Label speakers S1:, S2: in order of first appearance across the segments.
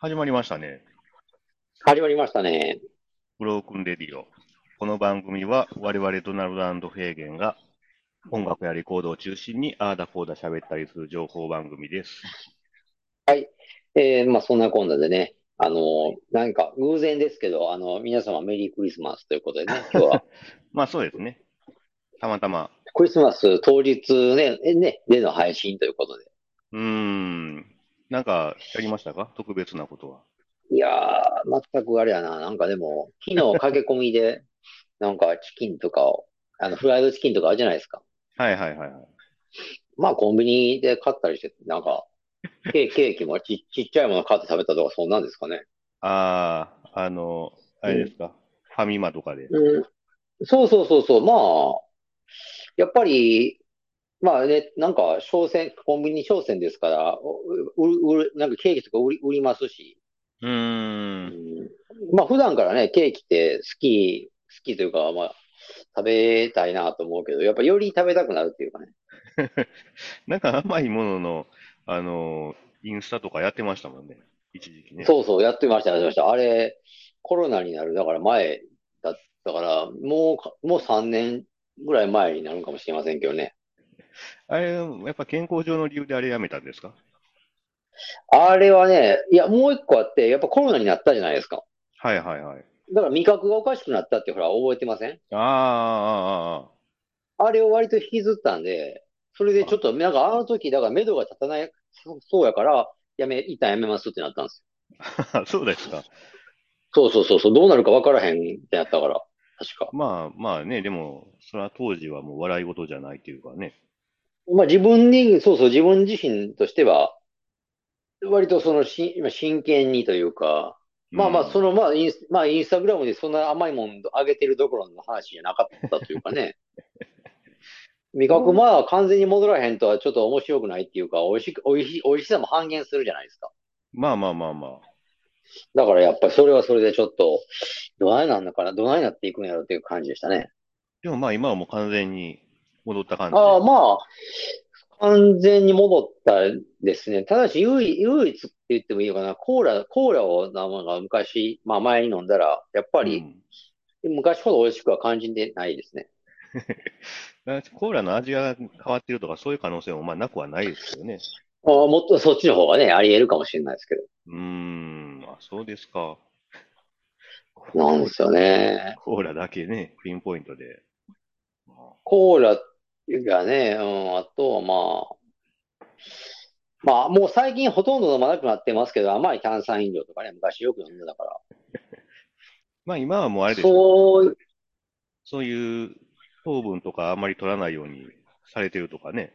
S1: 始まりましたね。
S2: 始まりましたね。
S1: ブロークンレディオ。この番組は我々ドナルドフェーゲンが音楽やレコードを中心にああだこうだ喋ったりする情報番組です。
S2: はい。えー、まあそんなこんなでね、あのー、なんか偶然ですけど、あのー、皆様メリークリスマスということでね、今日は
S1: まあそうですね。たまたま。
S2: クリスマス当日ね、えね、での配信ということで。
S1: うーん。なんかやりましたか特別なことは。
S2: いやー、全くあれやな、なんかでも、昨日駆け込みで、 なんかチキンとかを、あの、フライドチキンとかあるじゃないですか。
S1: はいはいはいはい。
S2: まあコンビニで買ったりして、なんか、ケーキ、ケーキもち、ちっちゃいもの買って食べたとか、そんなんですかね。
S1: ああ、あの、あれですか。ファミマとかで。
S2: うん、そうそうそうそう、まあ、やっぱり、まあね、なんか商戦、コンビニ商戦ですから、お売る、売る、なんかケーキとか売り、売りますし、
S1: うー。
S2: うんん、まあ普段からね、ケーキって好き、好きというか、まあ、食べたいなと思うけど、やっぱより食べたくなるっていうかね。
S1: なんか甘いものの、あの、インスタとかやってましたもんね。一時期ね。
S2: そうそう、やってました、やってました。あれ、コロナになる、だから前だったから、もうか、もう3年ぐらい前になるかもしれませんけどね。
S1: あれ、やっぱ健康上の理由であれやめたんですか
S2: あれはね、いや、もう一個あって、やっぱコロナになったじゃないですか。
S1: はいはいはい。
S2: だから味覚がおかしくなったってほら、覚えてません
S1: ああ、ああ、ああ。
S2: あれを割と引きずったんで、それでちょっと、なんかあの時、だから目処が立たない、そそうやから、やめ、一旦やめますってなったんです
S1: あそうですか。
S2: よ。そうそうそうそう、どうなるか分からへんってなったから、確か。
S1: まあまあね、でも、それは当時はもう笑い事じゃないというかね。
S2: まあ自分に、そうそう、自分自身としては、割とそのし、まあ真剣にというか、まあまあ、
S1: うん
S2: その、まあインス、まあ、インスタグラムでそんな甘いもん上げてるどころの話じゃなかったという かね。味覚、まあ、完全に戻らへんとはちょっと面白くないっていうか、美味しく、美味しい、美味しさも半減するじゃないですか。
S1: まあまあまあまあ。
S2: だからやっぱりそれはそれでちょっと、どないなんのかな、どないなっていくんやろっていう感じでしたね。
S1: でもまあ今はもう完全に戻った感じで。
S2: ああ、まあ、完全に戻ったですね。ただし、唯一、唯一って言ってもいいのかな、コーラ、コーラをなんか昔、まあ前に飲んだら、やっぱ
S1: う
S2: り
S1: ん
S2: 昔ほど美味しくは感じてないですね。
S1: だからコーラの味が変わってるとか、そういう可能性もまあなくはないですよね。
S2: ああ、もっとそっちの方がね、あり得るかもしれないですけど。
S1: うーん、あ、そうですか。
S2: なんですよね。
S1: コーラだけね、ピンポイントで。まあ
S2: コーラがね、うん、あとはまあ、まあ、もう最近ほとんど飲まなくなってますけど、甘い炭酸飲料とかね、昔よく飲んでたから。
S1: まあ今はもうあれですよ
S2: そう、
S1: そういう糖分とかあんまり取らないようにされてるとかね。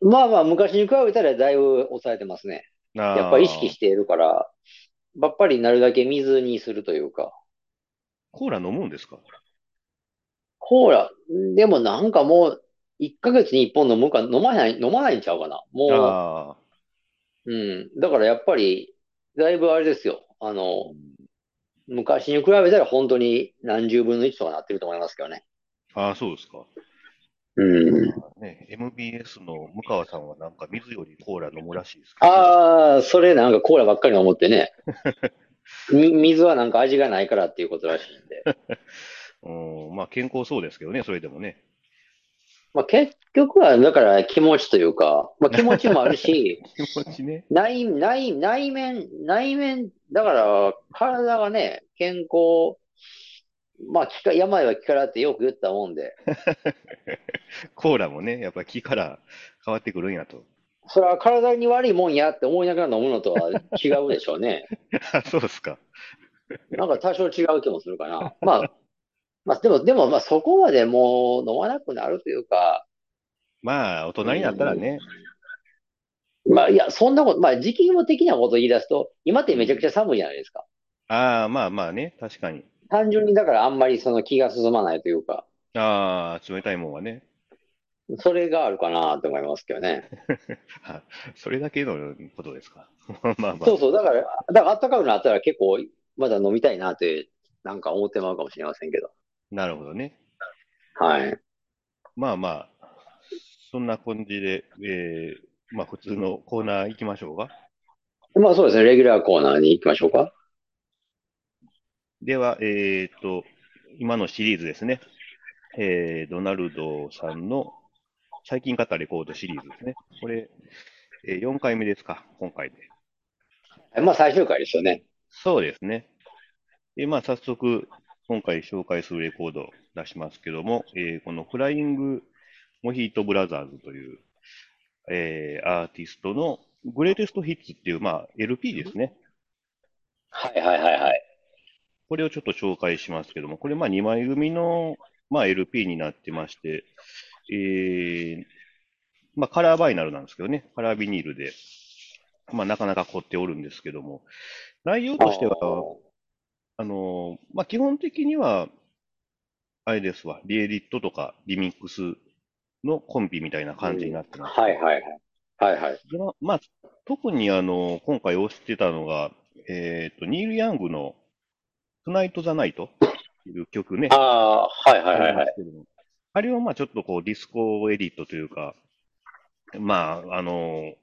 S2: まあまあ、昔に比べたらだいぶ抑えてますね。やっぱり意識しているから、やっぱりなるだけ水にするというか。
S1: コーラ飲むんですか
S2: コーラ、でもなんかもう、1ヶ月に1本飲むか、飲まない、飲まないんちゃうかな。もう、
S1: あ
S2: うん。だからやっぱり、だいぶあれですよ。あ
S1: あ
S2: の、。昔に比べたら本当に何十分の1とかなってると思いますけどね。
S1: ああ、そうですか。
S2: うん。
S1: ね、MBS の向川さんはなんか水よりコーラ飲むらしいですけど、
S2: ああ、それなんかコーラばっかり思って ね。み水はなんか味がないからっていうことらしいんで。
S1: うん、まあ健康そうですけどね、それでもね。
S2: まあ結局は、だから気持ちというか、まあ気持ちもある し、
S1: 気持ちね。
S2: 内、内、内面、内面、だから、体がね、健康、まあ、気か、病は気からってよく言ったもんで、
S1: コーラもね、やっぱり木から変わってくるんやと。
S2: それは体に悪いもんやって思いながら飲むのとは違うでしょ うね。
S1: あそうですか。
S2: なんか多少違う気もするかな。まあ、まあ、でも、でも、まあ、そこまでもう飲まなくなるというか、
S1: まあ、大人になったらね、
S2: まあ、いや、そんなこと、まあ、時期も的なことを言い出すと、今ってめちゃくちゃ寒いじゃないですか。
S1: ああ、まあまあね、確かに。
S2: 単純にだからあんまりその気が進まないというか、
S1: ああ、冷たいもんはね。
S2: それがあるかなと思いますけどね。
S1: あそれだけのことですか。 まあまあ
S2: そうそう、だから、だから暖かくなったら結構、まだ飲みたいなって、なんか思ってまうかもしれませんけど。
S1: なるほどね。
S2: はい。
S1: まあまあ、そんな感じで、えーまあ普通のコーナー行きましょうか。
S2: まあそうですね、レギュラーコーナーに行きましょうか。
S1: では、えっと、今のシリーズですね。えードナルドさんの最近買ったレコードシリーズですね。これ、え4回目ですか、今回で。
S2: まあ最終回ですよね。
S1: そうですね。で、まあ、早速、今回紹介するレコードを出しますけども、えーこのフライング・モヒート・ブラザーズという、えーアーティストのグレーテストヒッツっていう、まあ、LP ですね。
S2: はいはいはいはい。
S1: これをちょっと紹介しますけども、これ、まあ、2枚組の、まあ、LP になってまして、えーまあ、カラーバイナルなんですけどね、カラービニールで、まあ、なかなか凝っておるんですけども、内容としては、あのまあ、基本的には、あれですわ、リエディットとかリミックスのコンビみたいな感じになってます。
S2: はいはいはい。はいはい。
S1: でまあまあ、特にあの今回推してたのが、えーと、ニール・ヤングの「トゥナイト・ザ・ナイト」っていう曲ね、
S2: ああー、はいはいは
S1: あ
S2: い
S1: りま
S2: はい。
S1: すけどもあれをまあちょっとこうディスコエディットというか、まあ、あの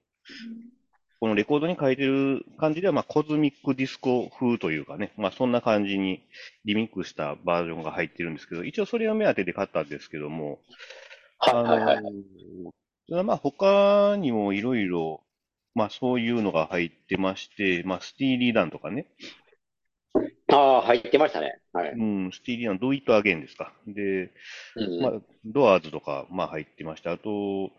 S1: このレコードに書いてる感じでは、まあ、コズミックディスコ風というかね、まあ、そんな感じにリミックしたバージョンが入ってるんですけど、一応それを目当てで買ったんですけども、
S2: はい
S1: あ
S2: はいはい。
S1: のただまあ他にもいろいろ、まあそういうのが入ってまして、まあスティーリーダンとかね、
S2: ああ、入ってましたね。はい。
S1: うん、スティーリーダン、ドイットアゲンですか。で、
S2: うん
S1: まあドアーズとか、まあ入ってました。あと、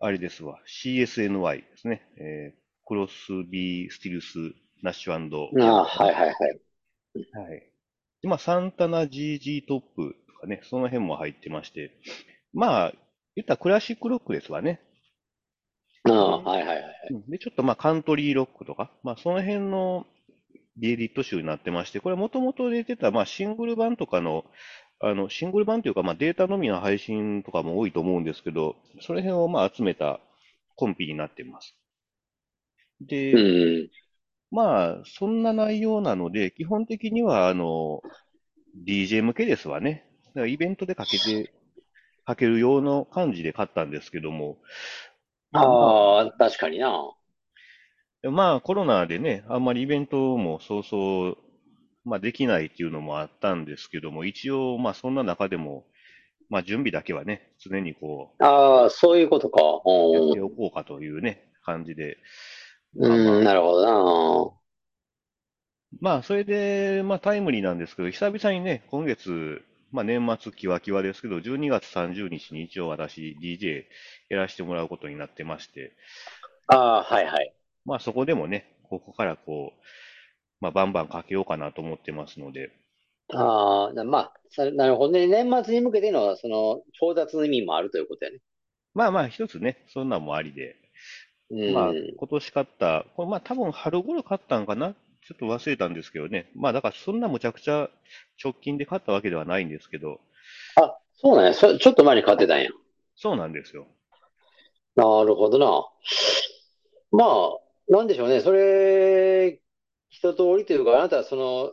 S1: あれですわ、CSNY ですね。えークロスビー・スティルス・ナッシュ
S2: うんああ、はいはいはい。
S1: はい。で、まあ、サンタナ GG トップとかね、その辺も入ってまして、まあ、言ったらクラシックロックですわね。
S2: ああ、はいはいはい。
S1: うんで、ちょっとまあカントリーロックとか、まあその辺のビエディット集になってまして、これもともと出てたまあシングル版とかの、あのシングル版というかまあデータのみの配信とかも多いと思うんですけど、その辺をまあ集めたコンピになってます。
S2: う
S1: で、
S2: ん。
S1: まあそんな内容なので、基本的にはあの DJ 向けですわね。だからイベントでかけて、かける用の感じで買ったんですけども、
S2: ああ、確かにな。
S1: まあコロナでね、あんまりイベントもそうそう、まあ、できないっていうのもあったんですけども、一応、まあそんな中でも、まあ準備だけはね、常にこ
S2: ああ、そういうことか。
S1: う、やっ
S2: う
S1: ておこうかというね、感じで。
S2: ん。
S1: まあま
S2: う
S1: あ
S2: ん、なるほど
S1: まあそれで、まあタイムリーなんですけど、久々にね、今月、まあ年末キワキワですけど、12月30日に一応私 DJ やらせてもらうことになってまして、
S2: な。ああ、はいはい。
S1: まあそこでもね、ここからこう、まあバンバンかけようかなと思ってますので、
S2: ああ、まあ、さなるほどね。年末に向けての、その、調達の意味もあるということやね。
S1: まあまあ一つね、そんなんもありで、
S2: うん。
S1: まあ、今年買った、これまあ多分春頃買ったんかな、ちょっと忘れたんですけどね、まあだからそんなむちゃくちゃ直近で買ったわけではないんですけど、
S2: あ、そうなんや。そちょっと前に買ってたんや。
S1: そうなんですよ。
S2: なるほどな。まあ、なんでしょうね。それ、一通りというか、あなたはその、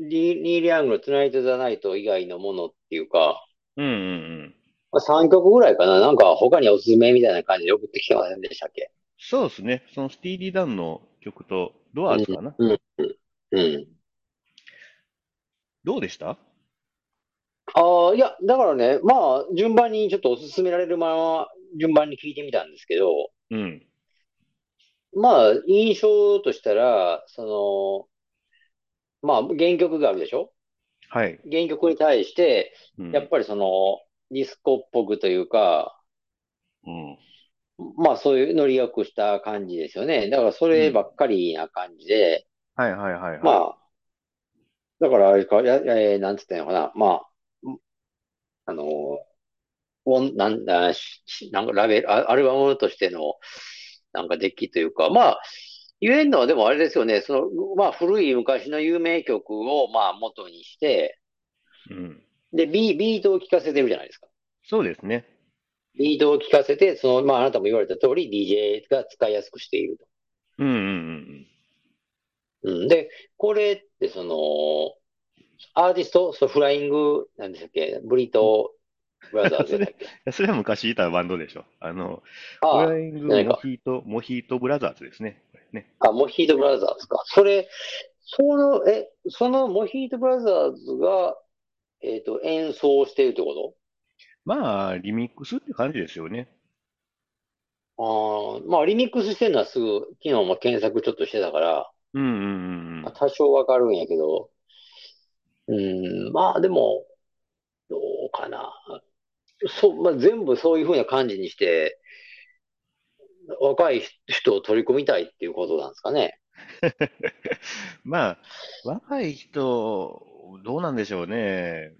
S2: リニール・ヤングのトゥナイト・ザ・ナイト以外のものっていうか、
S1: うんうんうん。
S2: まあ、3曲ぐらいかな。なんか他におすすめみたいな感じで送ってきてませんでしたっけ
S1: そうですね、そのスティーリー・ダンの曲とドアーズかな。
S2: うん。
S1: どうでした
S2: ああ、いや、だからね、まあ、順番にちょっとおすすめられるまま、順番に聞いてみたんですけど、
S1: うん。
S2: まあ、印象としたら、その、まあ、原曲があるでしょ
S1: はい。
S2: 原曲に対して、
S1: うん。
S2: やっぱりそのディスコっぽくというか、
S1: うん。
S2: まあそういうノリ良くした感じですよね。だからそればっかりな感じで、
S1: はいはいはいはい。
S2: まあ、だからあれか、や、えーなんつったんやろかな、まあ、んあのー、オン、なんだ、ししなんかラベル、あアルバムとしての、なんかデッキというか、まあ、言えるのはでもあれですよね、その、まあ古い昔の有名曲をまあ元にして、
S1: うん。
S2: で、ビ、ビートを聴かせてるじゃないですか。
S1: そうですね。
S2: リードを聞かせて、その、まあ、あなたも言われた通り、DJ が使いやすくしていると。
S1: うんうんうん
S2: うん、で、これって、その、アーティスト、そのフライング、なんでしたっけ、ブリトブラザーズやったっけ。
S1: やそれは昔いたバンドでしょ。あの、フ
S2: あ
S1: ライング
S2: じゃないか
S1: モヒート、モヒートブラザーズですね。これね。
S2: あ、モヒートブラザーズか。それ、その、え、そのモヒートブラザーズが、えっと、演奏してるってこ
S1: まあ、リミックスって感じですよね。
S2: とああ、まあ、リミックスしてるのはすぐ、昨日も検索ちょっとしてたから、
S1: うんうんうんう
S2: まあ
S1: ん。
S2: 多少わかるんやけど、うん、まあでも、どうかな。そう、まあ、全部そういうふうな感じにして、若い人を取り込みたいっていうことなんですかね。
S1: まあ、若い人、どうなんでしょうね。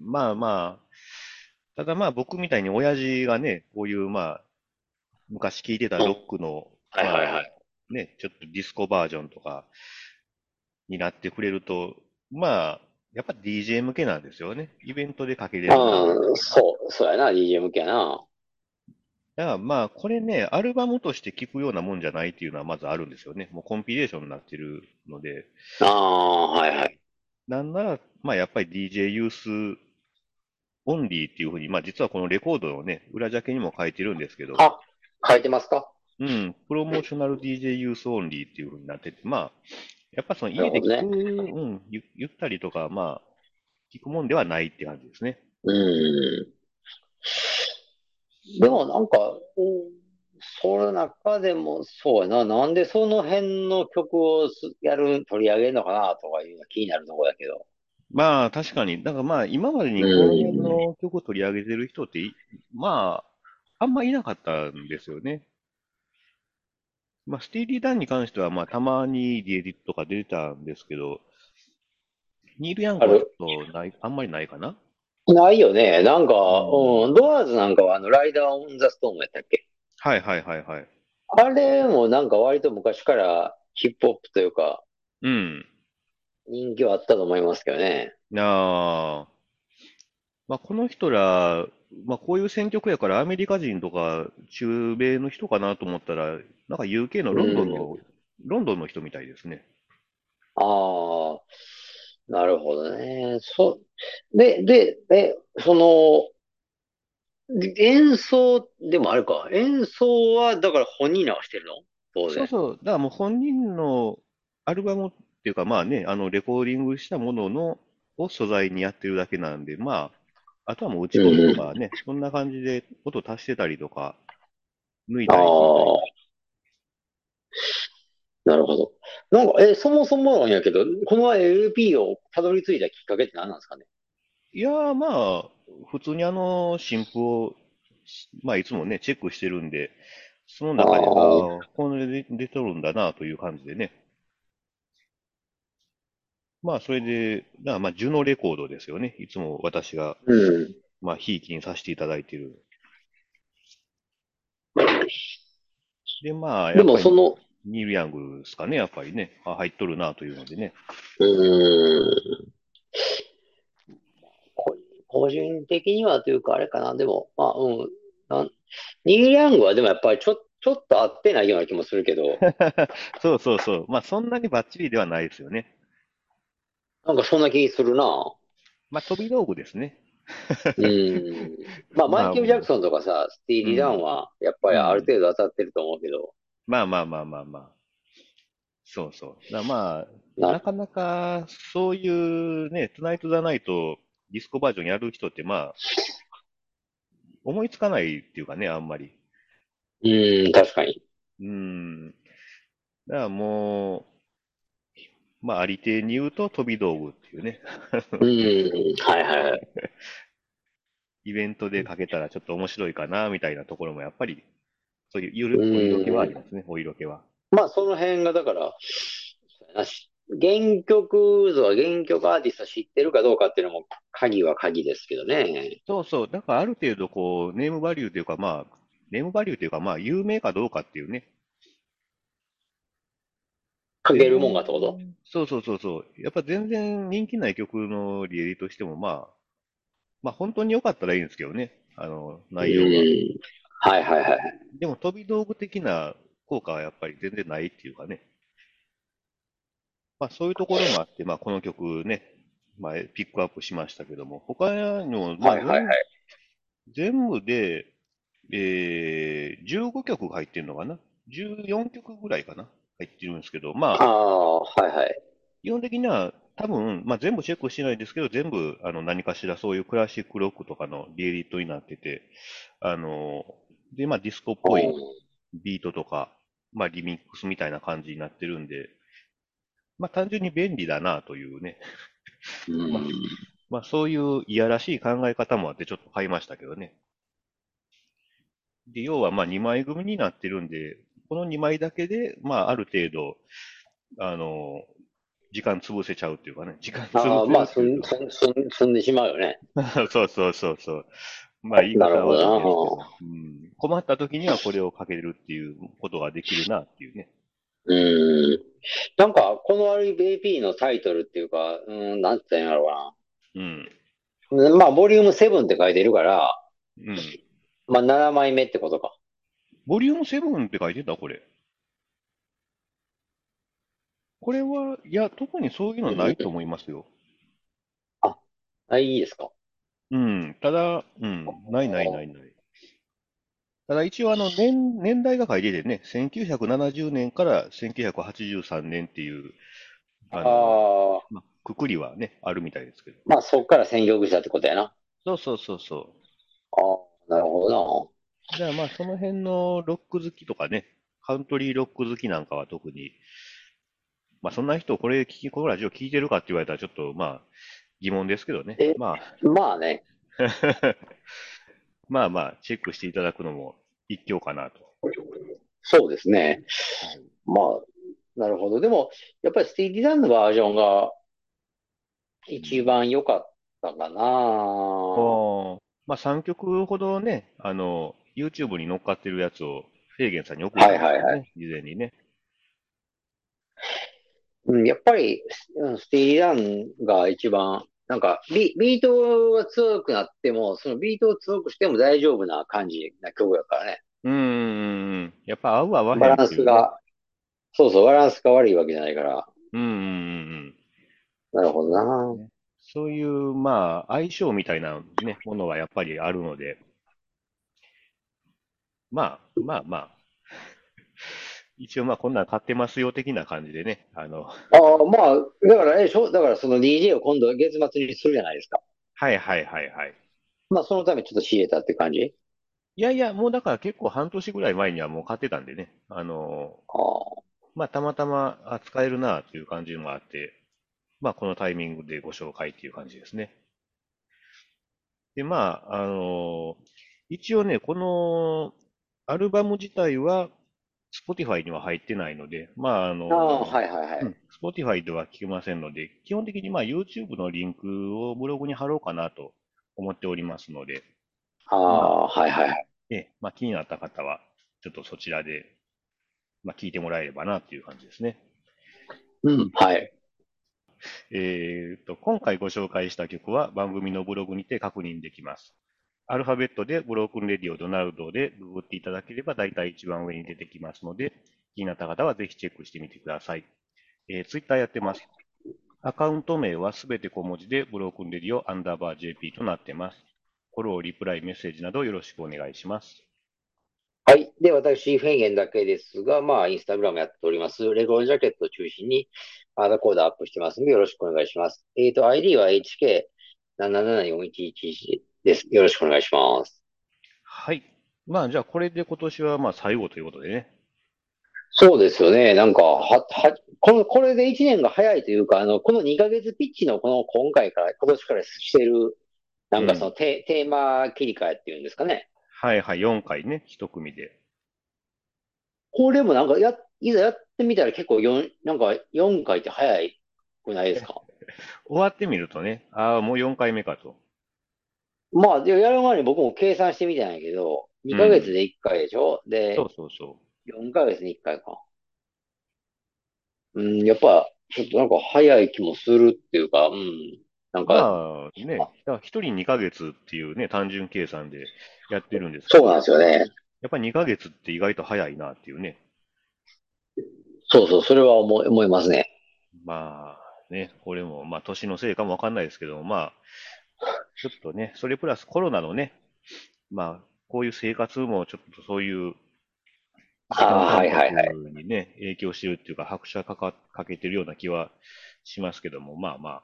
S1: まあまあ、ただまあ僕みたいに親父がね、こういうまあ、昔聴いてたロックの、
S2: はいはいはい
S1: まあね、ちょっとディスコバージョンとかになってくれると、まあ、やっぱ DJ 向けなんですよね。イベントでかけれるから。
S2: うん、そう、そうやな、DJ 向けやな。
S1: だからまあ、これね、アルバムとして聴くようなもんじゃないっていうのはまずあるんですよね。もうコンピレーションになってるので、
S2: ああ、はいはい。
S1: なんなら、まあやっぱり DJ ユースオンリーっていうふうに、まあ実はこのレコードのね、裏ジャケにも書いてるんですけど、
S2: あ書いてますか
S1: うん、プロモーショナル DJ ユースオンリーっていうふうになってて、まあ、やっぱその家で
S2: な
S1: 聞
S2: る
S1: く、うん、ゆ、ゆったりとか、まあ、聞くもんではないって感じですね。
S2: うん。でもなんか、うんその中でもそうやな、なんでその辺の曲をすやる、取り上げるのかなとかいうのが気になるところだけど。
S1: まあ確かに、だからまあ今までにこの辺の曲を取り上げてる人ってい、まあ、あんまいなかったんですよね。まあスティーリー・ダンに関してはまあたまにリエディットとか出てたんですけど、ニール・ヤングはちょっとない、あんまりないかな。
S2: ないよね。なんか、
S1: うん
S2: うん、ドアーズなんかはあの、ライダー・オン・ザ・ストーンやったっけ
S1: はいはいはいはい。
S2: あれもなんか割と昔からヒップホップというか、
S1: うん。
S2: 人気はあったと思いますけどね。
S1: なあ。まあこの人ら、まあこういう選曲やからアメリカ人とか中米の人かなと思ったら、なんか UK のロンドンの、ロンドンの人みたいですね。
S2: ああ、なるほどね。そ、で、で、え、その、演奏、でもあれか、演奏は、だから本人らはしてるの当
S1: そう
S2: 然。
S1: そう、だからもう本人のアルバムっていうか、まあね、あのレコーディングしたもののを素材にやってるだけなんで、まあ、あとはもう打ち込みとかね、そんな感じで音足してたりとか、抜いたり
S2: ああ。なるほど。なんか、え、そもそもなんやけど、この LP をたどり着いたきっかけって何なんですかね。
S1: いやー、まあ、普通にあの、新譜を、まあ、いつもね、チェックしてるんで、その中で、
S2: あ
S1: あ
S2: ー
S1: ーこれで出とるんだなという感じでね。まあ、それで、だからまあ、ジュノレコードですよね。いつも私が。
S2: うん。
S1: まあ、ひいきにさせていただいている。で、まあ、
S2: で
S1: やっ
S2: も
S1: ぱ
S2: そ
S1: り、
S2: の、
S1: ニール・ヤングですかね、やっぱりね。あ、入っとるな、というのでね。
S2: うーん。こ個人的にはというか、あれかな、でも、まあ、うん。なんニール・ヤングはでもやっぱりちょ、ちょっと合ってないような気もするけど、
S1: そうそうそう。まあ、そんなにバッチリではないですよね。
S2: なんかそんな気するな。
S1: まあ、飛び道具ですね。
S2: うん。まあ、
S1: まあ
S2: マイケル・ジャクソンとかさ、スティーリー・ダンは、やっぱりある程度当たってると思うけど、
S1: まあまあまあまあまあ。そうそう。だまあ、
S2: な
S1: なかなか、そういうね、トゥナイト・ザ・ナイト、ディスコバージョンやる人って、まあ、思いつかないっていうかね、あんまり。
S2: うん、確かに。
S1: うん。だからもう、まあ、ありていに言うと飛び道具っていうね、
S2: うん、はいはいはい。
S1: イベントでかけたらちょっと面白いかな、みたいなところもやっぱり、そういうゆるお色気はありますね、お色気は。
S2: まあ、その辺が、だから、原曲像は原曲アーティスト知ってるかどうかっていうのも、鍵は鍵ですけどね。
S1: そうそう、だからある程度こう、ネームバリューというか、まあ、ネームバリューというか、まあ、有名かどうかっていうね。
S2: かけるもんがってこと
S1: そうそうそうそう。やっぱ全然人気ない曲のリエリとしても、まあ、まあ本当に良かったらいいんですけどね、あの、内容が。
S2: うんはいはいはい。
S1: でも飛び道具的な効果はやっぱり全然ないっていうかね。まあそういうところもあって、まあこの曲ね、まあピックアップしましたけども、他にも、まあ
S2: はいはいはい。
S1: 全部で、えー、15曲入ってるのかな ?14 曲ぐらいかな入ってるんですけど、ま
S2: あ
S1: あ、
S2: あ、はいはい。
S1: 基本的には多分、まあ全部チェックしてないですけど、全部あの何かしらそういうクラシックロックとかのリリットになってて、あの、で、まあディスコっぽいビートとか、まあリミックスみたいな感じになってるんで、まあ単純に便利だなというね、
S2: うん
S1: まあそういういやらしい考え方もあってちょっと買いましたけどね。で、要はまあ2枚組になってるんで、この2枚だけで、まあある程度、あの、時間潰せちゃうっていうかね、時間潰せる
S2: ああ、まあ、
S1: って
S2: す、
S1: いうんか
S2: すん、すん、すんでしまうよね。
S1: そうそうそうそう。まあ、言い方は悪い
S2: なる
S1: です
S2: ほど
S1: けど、うん、困った時にはこれをかけるっていうことができるなっていうね。
S2: うん。なんか、この RBP のタイトルっていうか、うん、なんて言ったらいいんやろ
S1: うん。
S2: うかな。まあ、ボリューム7って書いてるから、
S1: うん。
S2: まあ、7枚目ってことか。
S1: ボリューム7って書いてたこれ。これは、いや、特にそういうのないと思いますよ。
S2: あ、いいですか。
S1: うん。ただ、うん。ないないないない。ただ一応あの年、年代が書いててね、1970年から1983年っていう、あ
S2: あ
S1: の、
S2: あ、
S1: まあ、くくりはね、あるみたいですけど。
S2: まあ、そっから専業したってことやな。
S1: そうそうそうそう。
S2: ああ、なるほど
S1: じゃあまあその辺のロック好きとかね、カントリーロック好きなんかは特に、まあそんな人これ聞き、このラジオ聞いてるかって言われたらちょっとまあ疑問ですけどね
S2: え。
S1: ま
S2: な。まあね。
S1: あ、 まあまあチェックしていただくのも一興かなと。
S2: そうですね。まあ、なるほど。でも、やっぱりスティーディ・ダンのバージョンが一番良かったかな。
S1: おまあ3曲ほどね、あの、YouTube に乗っかってるやつをフェーゲンさんに送ったんですよね、
S2: はいはい
S1: 事前にね。
S2: うん、やっぱり、うんスティーディ・ダンが一番、なんかビ、ビートが強くなっても、そのビートを強くしても大丈夫な感じな曲やからね。
S1: うーん、やっぱ合う合わへん
S2: バラン
S1: ってい
S2: ス
S1: うね。
S2: が、そうそう、バランスが悪いわけじゃないから。
S1: うんうんうんうん。
S2: なるほどな。
S1: そういう、まあ、相性みたいな、ね、ものはやっぱりあるので、まあ、まあまあ、一応まあ、こんなん買ってますよ的な感じでね、あの、
S2: ああ、まあ、だから、え、しょ、だからその DJ を今度月末にするじゃないですか。
S1: はいはいはいはい。
S2: まあ、そのためちょっと仕入れたって感じ
S1: いやいや、もうだから結構半年ぐらい前にはもう買ってたんでね、あの、
S2: ああ、
S1: まあ、たまたまあ使えるなという感じもあって、まあ、このタイミングでご紹介っていう感じですね。で、まあ、あの、一応ね、このアルバム自体は Spotify には入ってないので、まあ、あの、
S2: ああ、はいはいはい。
S1: うん Spotify では聞けませんので、基本的にまあ YouTube のリンクをブログに貼ろうかなと思っておりますので、
S2: ああ、はいはいはい。
S1: ええまあ、気になった方は、ちょっとそちらで、まあ、聞いてもらえればなという感じですね。
S2: うん、はい。
S1: えーと、今回ご紹介した曲は番組のブログにて確認できます。アルファベットでブロークンレディオドナルドでググっていただければ大体一番上に出てきますので、気になった方はぜひチェックしてみてください。えー、ツイッターやってます。アカウント名はすべて小文字でブロークンレディオアンダーバー JP となってます。フォロー、リプライ、メッセージなどよろしくお願いします。
S2: はい。で、私、フェンゲンだけですが、まあ、インスタグラムやっております。レゴンジャケットを中心に、アダコーダアップしてますので、よろしくお願いします。えっと、ID は HK774111 です。よろしくお願いします。
S1: はい。まあ、じゃあこれで今年はまあ最後ということでね。
S2: そうですよね。なんか、は、は、この、これで1年が早いというか、あの、この2ヶ月ピッチのこの今回から、今年からしてる、なんかそのテ、テーマ切り替えっていうんですかね。
S1: はいはい、4回ね、1組で。
S2: これもなんかや、いざやってみたら結構4、なんか4回って早くないですか
S1: 終わってみるとね、ああ、もう4回目かと。
S2: まあ、でやる前に僕も計算してみたんやけど、2ヶ月で1回でしょで、
S1: そうそうそ
S2: 4ヶ月に1回か。うん、やっぱ、ちょっとなんか早い気もするっていうか、うん。なん
S1: う。
S2: か、
S1: まあね、だから1人2ヶ月っていうね、単純計算でやってるんですけ
S2: そ
S1: ど、
S2: うなんですよね。
S1: やっぱり2ヶ月って意外と早いなっていうね。
S2: そうそう、それは思い、思いますね。
S1: まあね、これも、まあ年のせいかもわかんないですけど、まあ、ちょっとね、それプラスコロナのね、まあ、こういう生活もちょっとそういう、時間
S2: あーはいはいはい
S1: 感覚にね、影響してるっていうか、拍車かか、かけてるような気はしますけども、まあまあ、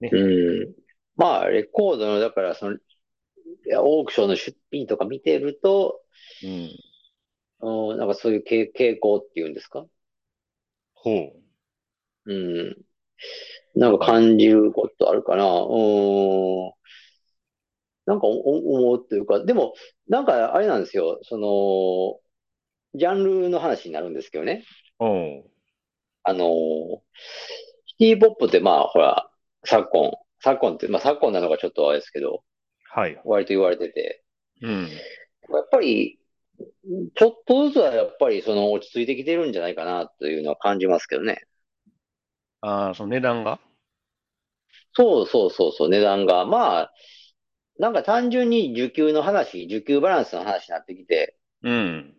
S2: うん。まあ、レコードの、だから、その、いやオークションの出品とか見てると、
S1: うん、
S2: うん、なんかそういう傾傾向っていうんですか
S1: ほう。
S2: うん。なんか感じることあるかな。うん。なんかおお思うというか、でも、なんかあれなんですよ。その、ジャンルの話になるんですけどね。
S1: おう
S2: あの、シティポップってまあ、ほら、昨今、昨今って、まあ昨今なのかちょっとあれですけど、
S1: はい。
S2: 割と言われてて、
S1: うん。
S2: やっぱり、ちょっとずつはやっぱりその落ち着いてきてるんじゃないかなというのは感じますけどね。
S1: ああ、その値段が
S2: そうそうそうそう、値段が。まあ、なんか単純に需給の話、需給バランスの話になってきて、
S1: うん。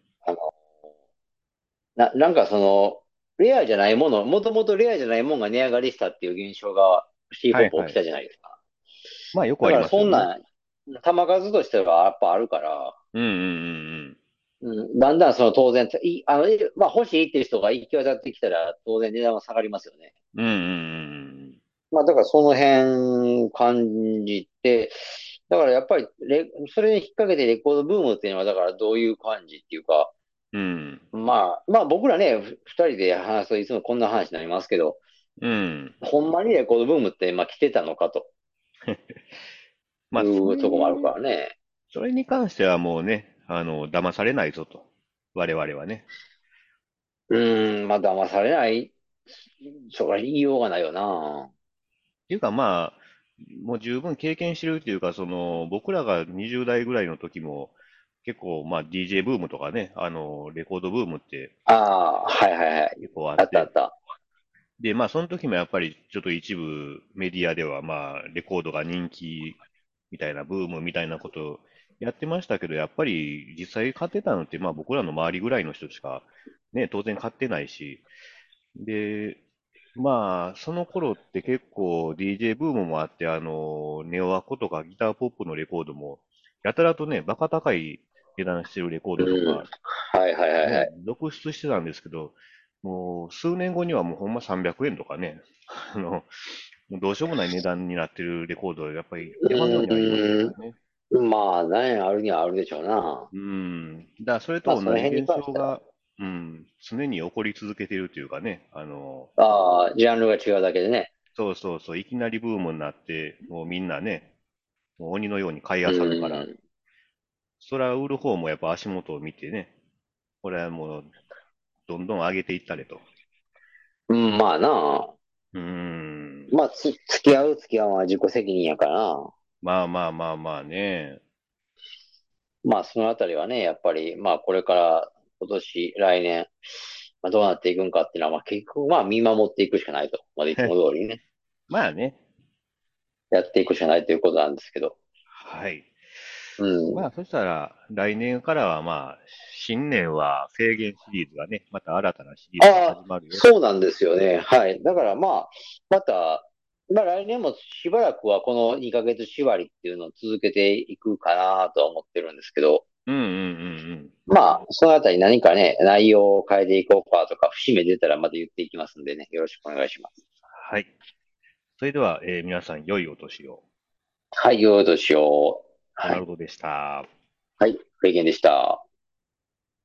S2: な、なんかその、レアじゃないもの、もともとレアじゃないものが値上がりしたっていう現象が、シティポップ起きたじゃないですか。
S1: まあ、よく
S2: だ
S1: あ
S2: か
S1: り
S2: ら
S1: ます
S2: そ
S1: よ
S2: ん
S1: ね。
S2: なん、玉数としてはやっぱあるから、
S1: うんうんうんうん。
S2: うん、だんだんその当然、い、あの、いまあ欲しいっていう人が行き渡ってきたら、当然値段は下がりますよね。
S1: うんうん
S2: まあだからその辺感じて、だからやっぱりレ、それに引っ掛けてレコードブームっていうのは、だからどういう感じっていうか、
S1: うんうん。
S2: まあ、まあ僕らね、ふ二人で話すといつもこんな話になりますけど、
S1: うん。うん。
S2: ほんまにレコードブームってまあ来てたのかと
S1: まあ、
S2: いうとこもある
S1: それ
S2: か。らね。
S1: それに関してはもうね、あの、騙されないぞと。我々はね。
S2: うん、まあ騙されない、それは言いようがないよな。
S1: っていうかまあ、もう十分経験してるっていうか、その、僕らが20代ぐらいの時も、結構まあ DJ ブームとかね、あの、レコードブームって
S2: ああ、はいはいはい。
S1: 結構あ
S2: あっ
S1: って
S2: たあ、った。
S1: で、まあ、その時もやっぱり、ちょっと一部メディアでは、まあ、レコードが人気みたいな、ブームみたいなことをやってましたけど、やっぱり実際買ってたのって、まあ、僕らの周りぐらいの人しか、ね、当然買ってないし、で、まあ、その頃って結構 DJ ブームもあって、あの、ネオアコとかギターポップのレコードも、やたらとね、バカ高い値段してるレコードとか、
S2: はいはいはいは
S1: ね
S2: い。
S1: 続出してたんですけど、もう数年後にはもうほんま300円とかね、 あの、もうどうしようもない値段になってるレコード、やっぱり山のようにありますからね。
S2: まあ、何あるにはあるでしょうな。
S1: うん。だからそれと同
S2: まあその
S1: じ
S2: 辺
S1: 現
S2: に関し
S1: 象
S2: て
S1: が
S2: は、
S1: うん、常に起こり続けてるというかね、あの、
S2: ああ、ジャンルが違うだけでね。
S1: そうそうそう、いきなりブームになって、もうみんなね、もう鬼のように買い漁るから、
S2: うん
S1: そら売る方もやっぱ足元を見てね、これはもう、どんどん上げていったれと。
S2: うん、まあな。
S1: うん。
S2: まあ、つ、付き合う付き合うは自己責任やからな。
S1: まあまあまあまあね。
S2: まあ、そのあたりはね、やっぱり、まあ、これから、今年、来年、まあ、どうなっていくんかっていうのは、まあ、結局、まあ、見守っていくしかないと。まあ、いつも通り ね、
S1: まあね。
S2: やっていくしかないということなんですけど。
S1: はい。
S2: うん。
S1: まあそしたら、来年からはまあ、新年は制限シリーズがね、また新たなシリーズが始まるよ。
S2: そうなんですよね。はい。だから、まあ、また、まあ、来年もしばらくは、この2ヶ月縛りっていうのを続けていくかなとは思ってるんですけど、
S1: うんうんうん
S2: まあ、そのあたり何かね、内容を変えていこうかとか、節目出たらまた言っていきますんでね、よろしくお願いします。
S1: うん。はい。それでは、えー皆さん、良いお年を。
S2: はい、よーどしよう。
S1: ハ
S2: は
S1: ラ
S2: い、
S1: ルドでした。
S2: はい、プレゲンでした。